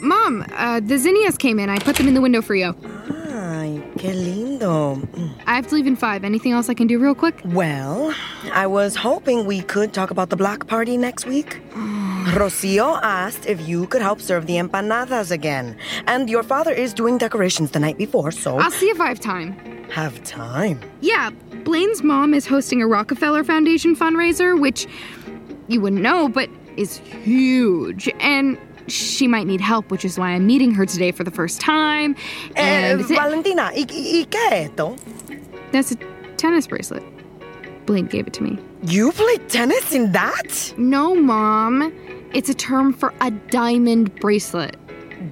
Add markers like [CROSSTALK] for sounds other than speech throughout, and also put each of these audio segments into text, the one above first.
Mom, uh, the zinnias came in. I put them in the window for you. Ay, qué lindo. I have to leave in five. Anything else I can do real quick? Well, I was hoping we could talk about the block party next week. Rocio asked if you could help serve the empanadas again. And your father is doing decorations the night before, so I'll see if I have time. have time. Yeah, Blaine's mom is hosting a Rockefeller Foundation fundraiser, which you wouldn't know, but is huge. And she might need help, which is why I'm meeting her today for the first time. Eh, And Valentina, ¿y, y, y qué esto? that's a tennis bracelet. Blaine gave it to me. You play tennis in that? No, Mom. It's a term for a diamond bracelet.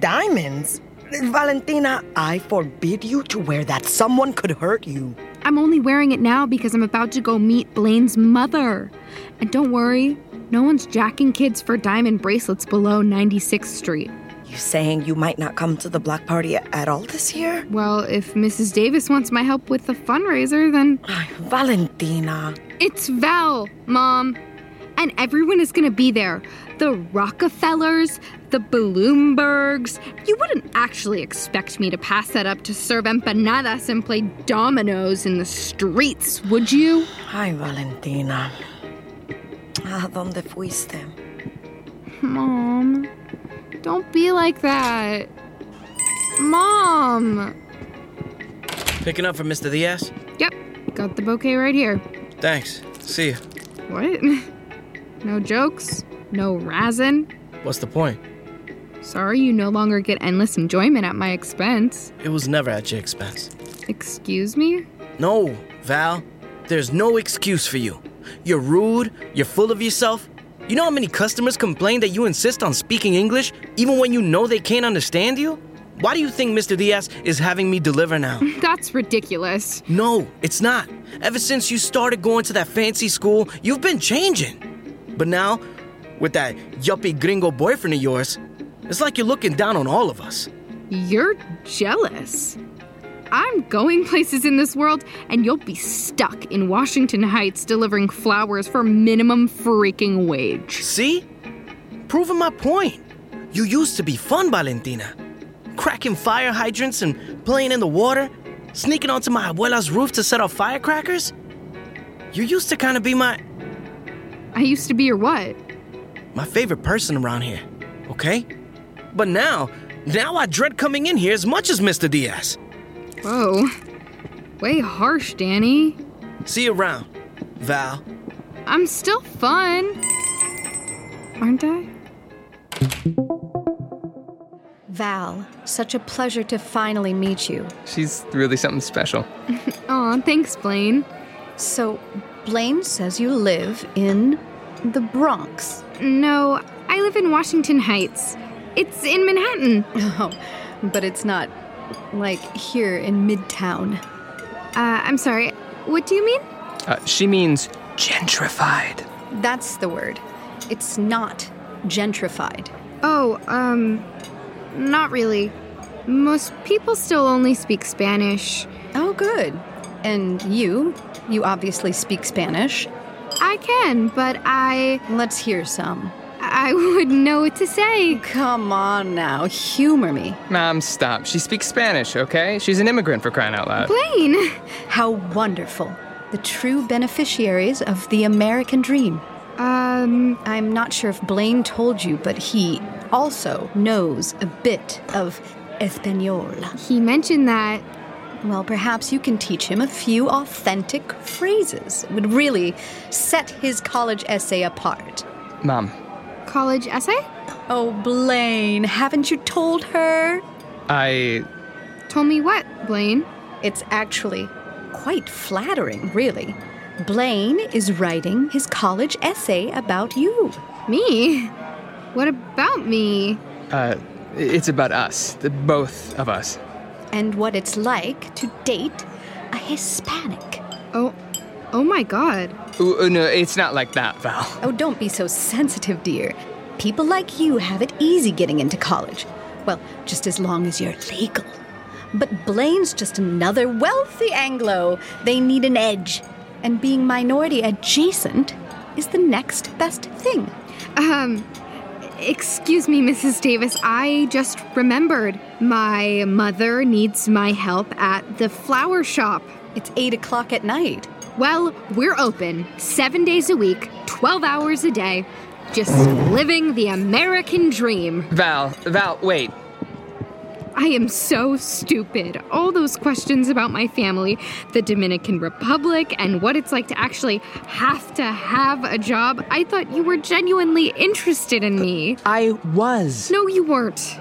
Diamonds? Valentina, I forbid you to wear that. Someone could hurt you. I'm only wearing it now because I'm about to go meet Blaine's mother. And don't worry, no one's jacking kids for diamond bracelets below 96th Street. You saying you might not come to the block party at all this year? Well, if Mrs. Davis wants my help with the fundraiser, then Ay, Valentina. it's Val, Mom. And everyone is gonna be there. The Rockefellers, the Bloombergs. You wouldn't actually expect me to pass that up to serve empanadas and play dominoes in the streets, would you? Ay, Valentina. ¿A dónde fuiste? Mom, don't be like that. Mom! Picking up for Mr. Diaz? Yep, got the bouquet right here. Thanks. See ya. What? [LAUGHS] No jokes, no razzin'. What's the point? Sorry you no longer get endless enjoyment at my expense. It was never at your expense. Excuse me? [LAUGHS] No, Val. There's no excuse for you. You're rude, you're full of yourself. You know how many customers complain that you insist on speaking English even when you know they can't understand you? Why do you think Mr. Diaz is having me deliver [LAUGHS] now? That's ridiculous. No, it's not. Ever since you started going to that fancy school, you've been changing. But now, with that yuppie gringo boyfriend of yours, it's like you're looking down on all of us. You're jealous. I'm going places in this world, and you'll be stuck in Washington Heights delivering flowers for minimum freaking wage. See? Proving my point. You used to be fun, Valentina. Cracking fire hydrants and playing in the water, sneaking onto my abuela's roof to set off firecrackers. You used to kind of be my I used to be your what? my favorite person around here, okay? But now, now I dread coming in here as much as Mr. Diaz. Whoa. Way harsh, Danny. See you around, Val. I'm still fun. Aren't I? Val, such a pleasure to finally meet you. She's really something special. Aw, thanks, Blaine. So, Blaine says you live in the Bronx. No, I live in Washington Heights. It's in Manhattan. Oh, but it's not like here in Midtown. Uh, I'm sorry. What do you mean? Uh, she means gentrified. That's the word. It's not gentrified. Oh, um, not really. Most people still only speak Spanish. Oh, good. And you, you obviously speak Spanish. I can, but I Let's hear some. I [LAUGHS] would know what to say. Come on now, humor me. Mom, stop. She speaks Spanish, okay? She's an immigrant for crying out loud. Blaine. [LAUGHS] How wonderful. The true beneficiaries of the American dream. Um, I'm not sure if Blaine told you, but he also knows a bit of Espanol. he mentioned that Well, perhaps you can teach him a few authentic phrases. It would really set his college essay apart. Mom, college essay Oh, Blaine, haven't you told her? I. told me what, Blaine? It's actually quite flattering, really. Blaine is writing his college essay about you. Me? What about me? Uh, it's about us, the both of us. and what it's like to date a Hispanic. Oh, oh my god. Ooh, ooh, uh, no, it's not like that, Val. Oh, don't be so sensitive, dear. People like you have it easy getting into college. Well, just as long as you're legal. But Blaine's just another wealthy Anglo. They need an edge. And being minority adjacent is the next best thing. Um, Excuse me, Mrs. Davis. I just remembered. My mother needs my help at the flower shop. It's 8 o'clock at night. Well, we're open seven days a week, 12 hours a day. Just living the American dream. Val, Val, wait. I am so stupid. All those questions about my family, the Dominican Republic, and what it's like to actually have to have a job. I thought you were genuinely interested in me. I was. No, you weren't.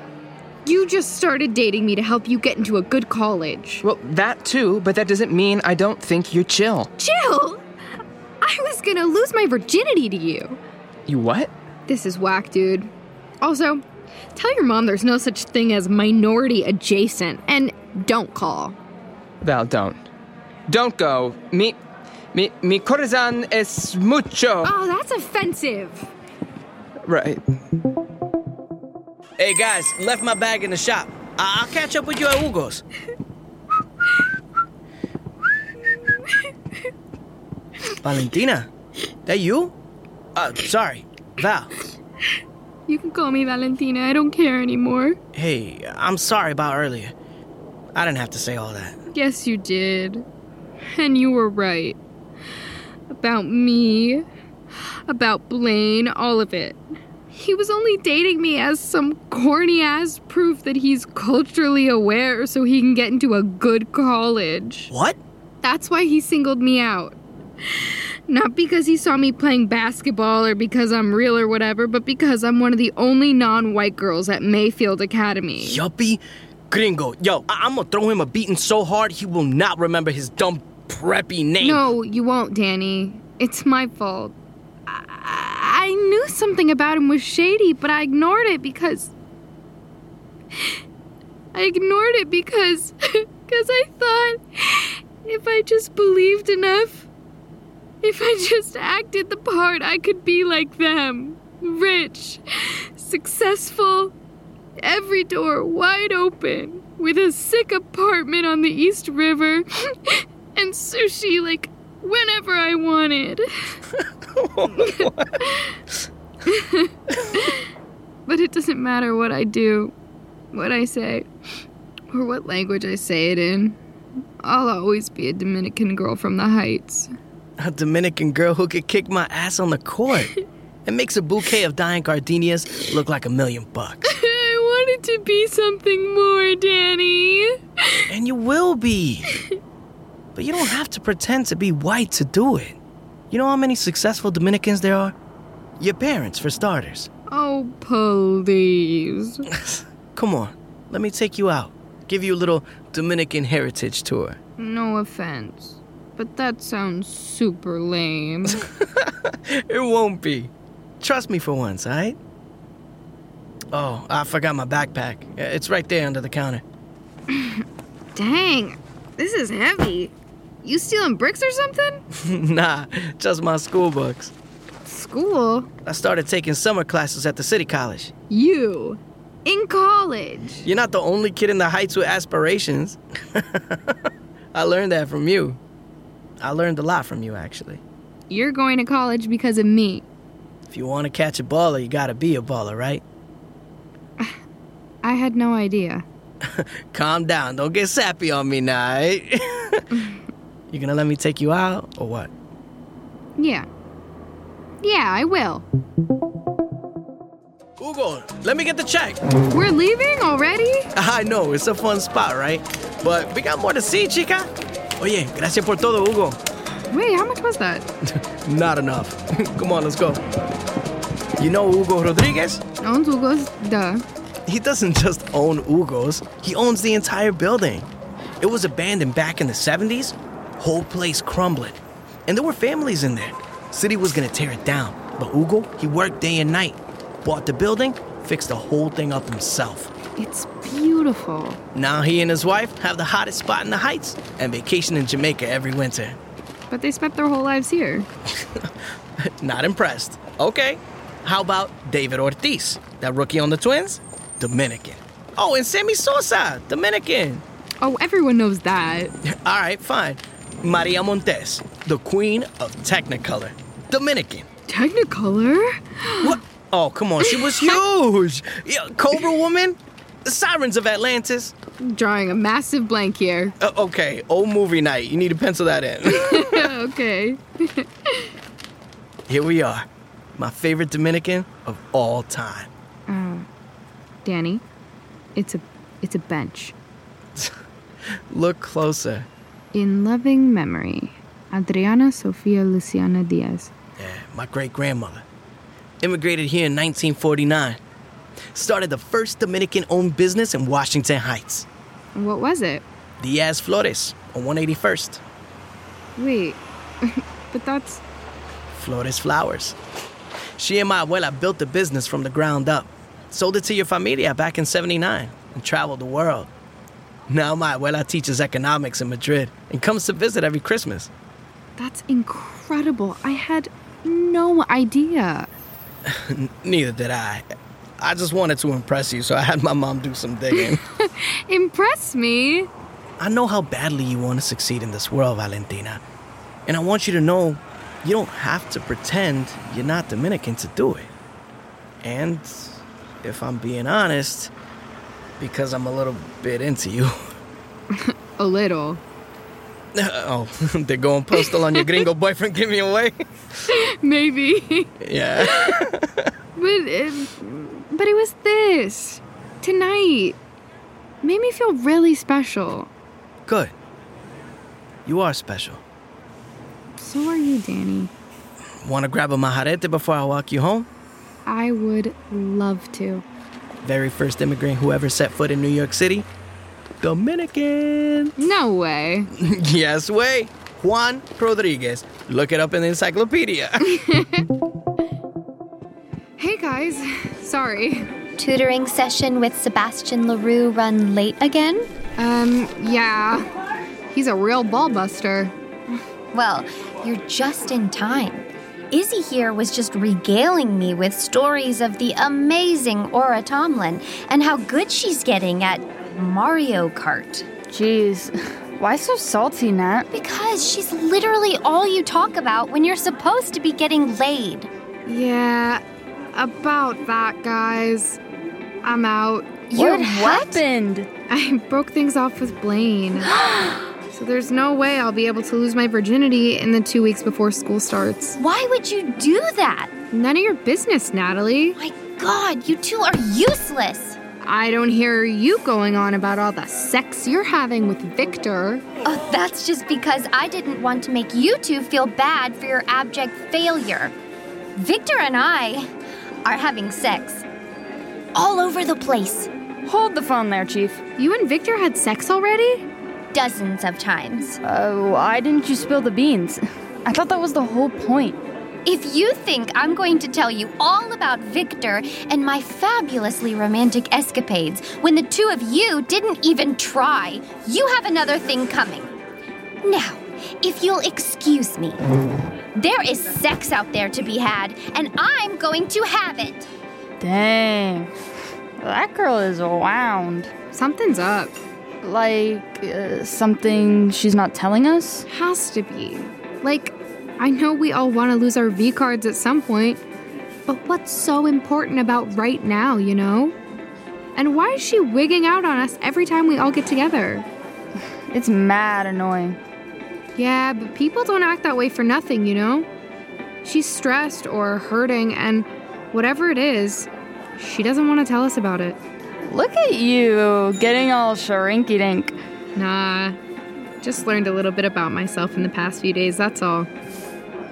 You just started dating me to help you get into a good college. Well, that too, but that doesn't mean I don't think you're chill. Jill! I was gonna lose my virginity to you. You what? This is whack, dude. Also, tell your mom there's no such thing as minority adjacent, and don't call. Val, don't. Don't go. Mi, mi, mi corazón es mucho. Oh, that's offensive. Right. Hey guys, left my bag in the shop. I- I'll catch up with you at Hugo's. Valentina, that you? Uh, sorry, Val. You can call me Valentina, I don't care anymore. Hey, I'm sorry about earlier. I didn't have to say all that. Yes, you did. And you were right. About me, about Blaine, all of it. He was only dating me as some corny ass proof that he's culturally aware so he can get into a good college. What? That's why he singled me out. Not because he saw me playing basketball or because I'm real or whatever, but because I'm one of the only non white girls at Mayfield Academy. Yuppie? Gringo. Yo, I- I'm gonna throw him a beating so hard he will not remember his dumb, preppy name. No, you won't, Danny. It's my fault. I, I knew something about him was shady, but I ignored it because. I ignored it because. [LAUGHS] Because I thought if I just believed enough, if I just acted the part, I could be like them. Rich, successful, every door wide open, with a sick apartment on the East River, [LAUGHS] and sushi like whenever I wanted. [LAUGHS] but it doesn't matter what I do, what I say, or what language I say it in. I'll always be a Dominican girl from the heights. A Dominican girl who could kick my ass on the court. and makes a bouquet of dying gardenias look like a million bucks. I wanted to be something more, Danny. And you will be. But you don't have to pretend to be white to do it. You know how many successful Dominicans there are? Your parents, for starters. Oh, please. Come on, let me take you out. Give you a little Dominican heritage tour. [LAUGHS] No offense, but that sounds super lame. It won't be. Trust me for once, all right? Oh, I forgot my backpack. It's right there under the counter. [LAUGHS] Dang, this is heavy. You stealing bricks or something? nah, just my school books. School? I started taking summer classes at the city college. You. In college. You're not the only kid in the heights with aspirations. [LAUGHS] I learned that from you. I learned a lot from you, actually. You're going to college because of me. If you want to catch a baller, you gotta be a baller, right? I had no idea. Calm down. Don't get sappy on me now, right? [LAUGHS] you gonna let me take you out or what? Yeah. Yeah, I will. Hugo, let me get the check. We're leaving already? [LAUGHS] I know, it's a fun spot, right? But we got more to see, chica. Oye, gracias por todo, Hugo. Wait, how much was that? Not enough. [LAUGHS] Come on, let's go. You know Hugo Rodriguez? Owns Hugo's, duh. He doesn't just own Hugo's, he owns the entire building. It was abandoned back in the 70s, whole place crumbling. And there were families in there. City was gonna tear it down, but Hugo, he worked day and night, bought the building, fixed the whole thing up himself. It's beautiful. Now he and his wife have the hottest spot in the Heights and vacation in Jamaica every winter. But they spent their whole lives here. Not impressed. Okay. How about David Ortiz, that rookie on the Twins? Dominican. Oh, and Sammy Sosa, Dominican. Oh, everyone knows that. All right, fine. Maria Montes, the queen of Technicolor, Dominican. Technicolor? What? Oh, come on, she was huge. Yeah, Cobra Woman, the Sirens of Atlantis. Drawing a massive blank here. [LAUGHS] Uh, okay, old movie night. You need to pencil that in. okay. Here we are, my favorite Dominican of all time. Danny, it's a it's a bench. Look closer. In loving memory, Adriana Sofia Luciana Diaz. Yeah, my great grandmother immigrated here in 1949. Started the first Dominican owned business in Washington Heights, What was it? Diaz Flores, on 181st. Wait, [LAUGHS] but that's Flores Flowers. She and my abuela built the business from the ground up, sold it to your familia back in 79, and traveled the world. Now my abuela teaches economics in Madrid and comes to visit every Christmas. that's incredible. I had no idea. Neither did I. I just wanted to impress you, so I had my mom do some digging. Impress me. I know how badly you want to succeed in this world, Valentina. And I want you to know you don't have to pretend you're not Dominican to do it. And if I'm being honest, because I'm a little bit into you. [LAUGHS] A little. [LAUGHS] oh, [LAUGHS] they're going postal on your gringo boyfriend, give me away? Maybe. [LAUGHS] yeah. [LAUGHS] But it, but it was this tonight made me feel really special. Good. You are special. So are you, Danny. Want to grab a majarete before I walk you home? I would love to. very first immigrant who ever set foot in New York City? Dominican. No way. [LAUGHS] yes, way. Juan Rodriguez. Look it up in the encyclopedia. [LAUGHS] Hey guys, sorry. Tutoring session with Sebastian LaRue run late again? Um, yeah. He's a real ball buster. Well, you're just in time. Izzy here was just regaling me with stories of the amazing Aura Tomlin and how good she's getting at Mario Kart. Jeez, [LAUGHS] why so salty, Nat? Because she's literally all you talk about when you're supposed to be getting laid. Yeah, about that, guys. I'm out. [LAUGHS] You're what? happened? I broke things off with Blaine. so there's no way I'll be able to lose my virginity in the two weeks before school starts. Why would you do that? None of your business, Natalie. My god, you two are useless! I don't hear you going on about all the sex you're having with Victor. Oh, that's just because I didn't want to make you two feel bad for your abject failure. Victor and I are having sex all over the place, Hold the phone there, Chief. You and Victor had sex already? dozens of times. Oh, why didn't you spill the beans? I thought that was the whole point. If you think I'm going to tell you all about Victor and my fabulously romantic escapades when the two of you didn't even try, you have another thing coming. Now, if you'll excuse me, there is sex out there to be had, and I'm going to have it. Dang. That girl is wound. Something's up. Like, uh, something she's not telling us? Has to be. Like, I know we all want to lose our V cards at some point, but what's so important about right now, you know? And why is she wigging out on us every time we all get together? It's mad annoying. Yeah, but people don't act that way for nothing, you know? She's stressed or hurting, and whatever it is, she doesn't want to tell us about it. Look at you, getting all sharinky dink. Nah, just learned a little bit about myself in the past few days, that's all.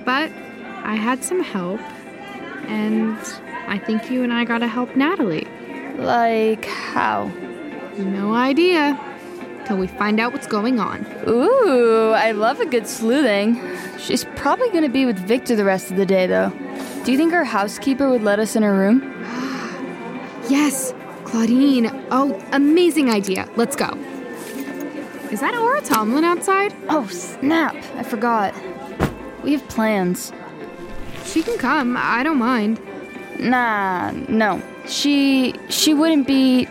But I had some help, and I think you and I gotta help Natalie. Like, how? No idea. Till we find out what's going on. Ooh, I love a good sleuthing. She's probably gonna be with Victor the rest of the day, though. Do you think her housekeeper would let us in her room? Yes, Claudine. Oh, amazing idea. Let's go. Is that Aura Tomlin outside? Oh, snap, I forgot. We have plans. She can come. I don't mind. Nah, no. She she wouldn't be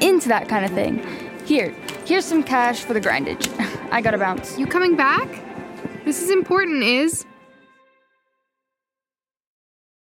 into that kind of thing. Here, here's some cash for the grindage. [LAUGHS] I gotta bounce. You coming back? This is important, Is.